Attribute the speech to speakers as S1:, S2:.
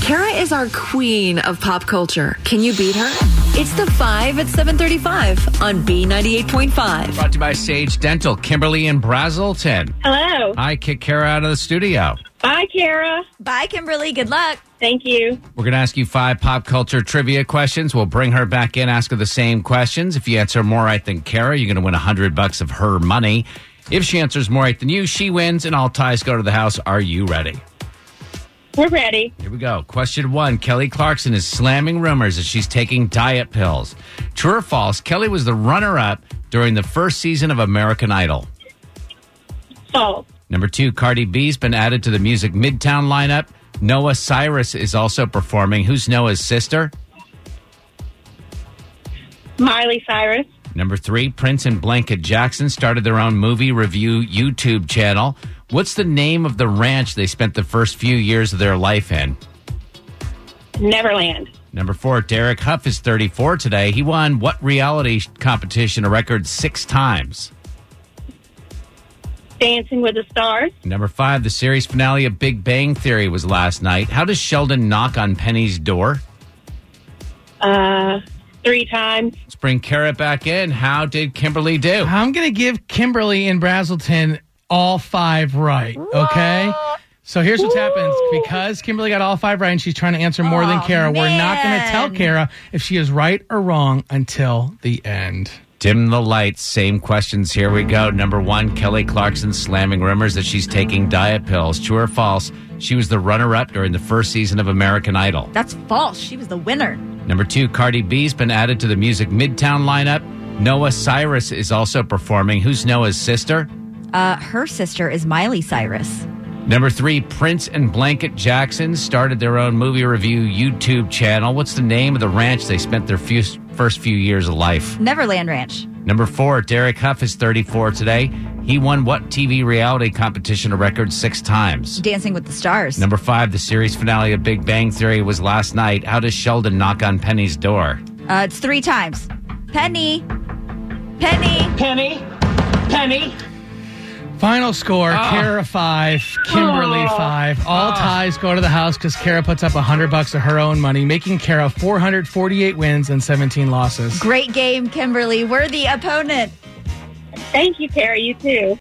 S1: Kara is our queen of pop culture. Can you beat her?
S2: It's the 5 at 735 on B98.5.
S3: Brought to you by Sage Dental, Kimberly and Brazelton.
S4: Hello.
S3: I kick Kara out of the studio.
S4: Bye, Kara.
S2: Bye, Kimberly. Good luck.
S4: Thank you.
S3: We're going to ask you five pop culture trivia questions. We'll bring her back in, ask her the same questions. If you answer more right than Kara, you're going to win 100 bucks of her money. If she answers more right than you, she wins, and all ties go to the house. Are you ready?
S4: We're ready.
S3: Here we go. Question one Kelly Clarkson is slamming rumors that she's taking diet pills. True or false, Kelly was the runner up during the first season of American Idol.
S4: False.
S3: Number two, Cardi B's been added to the music Midtown lineup. Noah Cyrus is also performing. Who's Noah's sister?
S4: Miley Cyrus.
S3: Number three, Prince and Blanket Jackson started their own movie review YouTube channel. What's the name of the ranch they spent the first few years of their life in?
S4: Neverland.
S3: Number four, Derek Huff is 34 today. He won what reality competition a record six times?
S4: Dancing with the Stars.
S3: Number five, the series finale of Big Bang Theory was last night. How does Sheldon knock on Penny's door?
S4: Uh, three times.
S3: Let's bring Carrot back in. How did Kimberly do?
S5: I'm going to give Kimberly and Brazelton all five right. Okay. So here's what happens because Kimberly got all five right and she's trying to answer more than
S2: Aw,
S5: Kara. We're not going to tell
S2: man.
S5: Kara if she is right or wrong until the end.
S3: Dim the lights. Same questions. Here we go. Number one, Kelly Clarkson slamming rumors that she's taking diet pills. True or false? She was the runner up during the first season of American Idol.
S2: That's false. She was the winner.
S3: Number two, Cardi B's been added to the music Midtown lineup. Noah Cyrus is also performing. Who's Noah's sister?
S2: Uh, her sister is Miley Cyrus.
S3: Number three, Prince and Blanket Jackson started their own movie review YouTube channel. What's the name of the ranch they spent their few, first few years of life?
S2: Neverland Ranch.
S3: Number four, Derek Huff is 34 today. He won what TV reality competition a record six times?
S2: Dancing with the Stars.
S3: Number five, the series finale of Big Bang Theory was last night. How does Sheldon knock on Penny's door?
S2: Uh, it's three times. Penny. Penny.
S4: Penny. Penny.
S5: Final score
S2: Ah.
S5: Kara five, Kimberly five. All ties go to the house because Kara puts up 100 bucks of her own money, making Kara 448 wins and 17 losses.
S2: Great game, Kimberly. We're the opponent.
S4: Thank you, Kara. You too.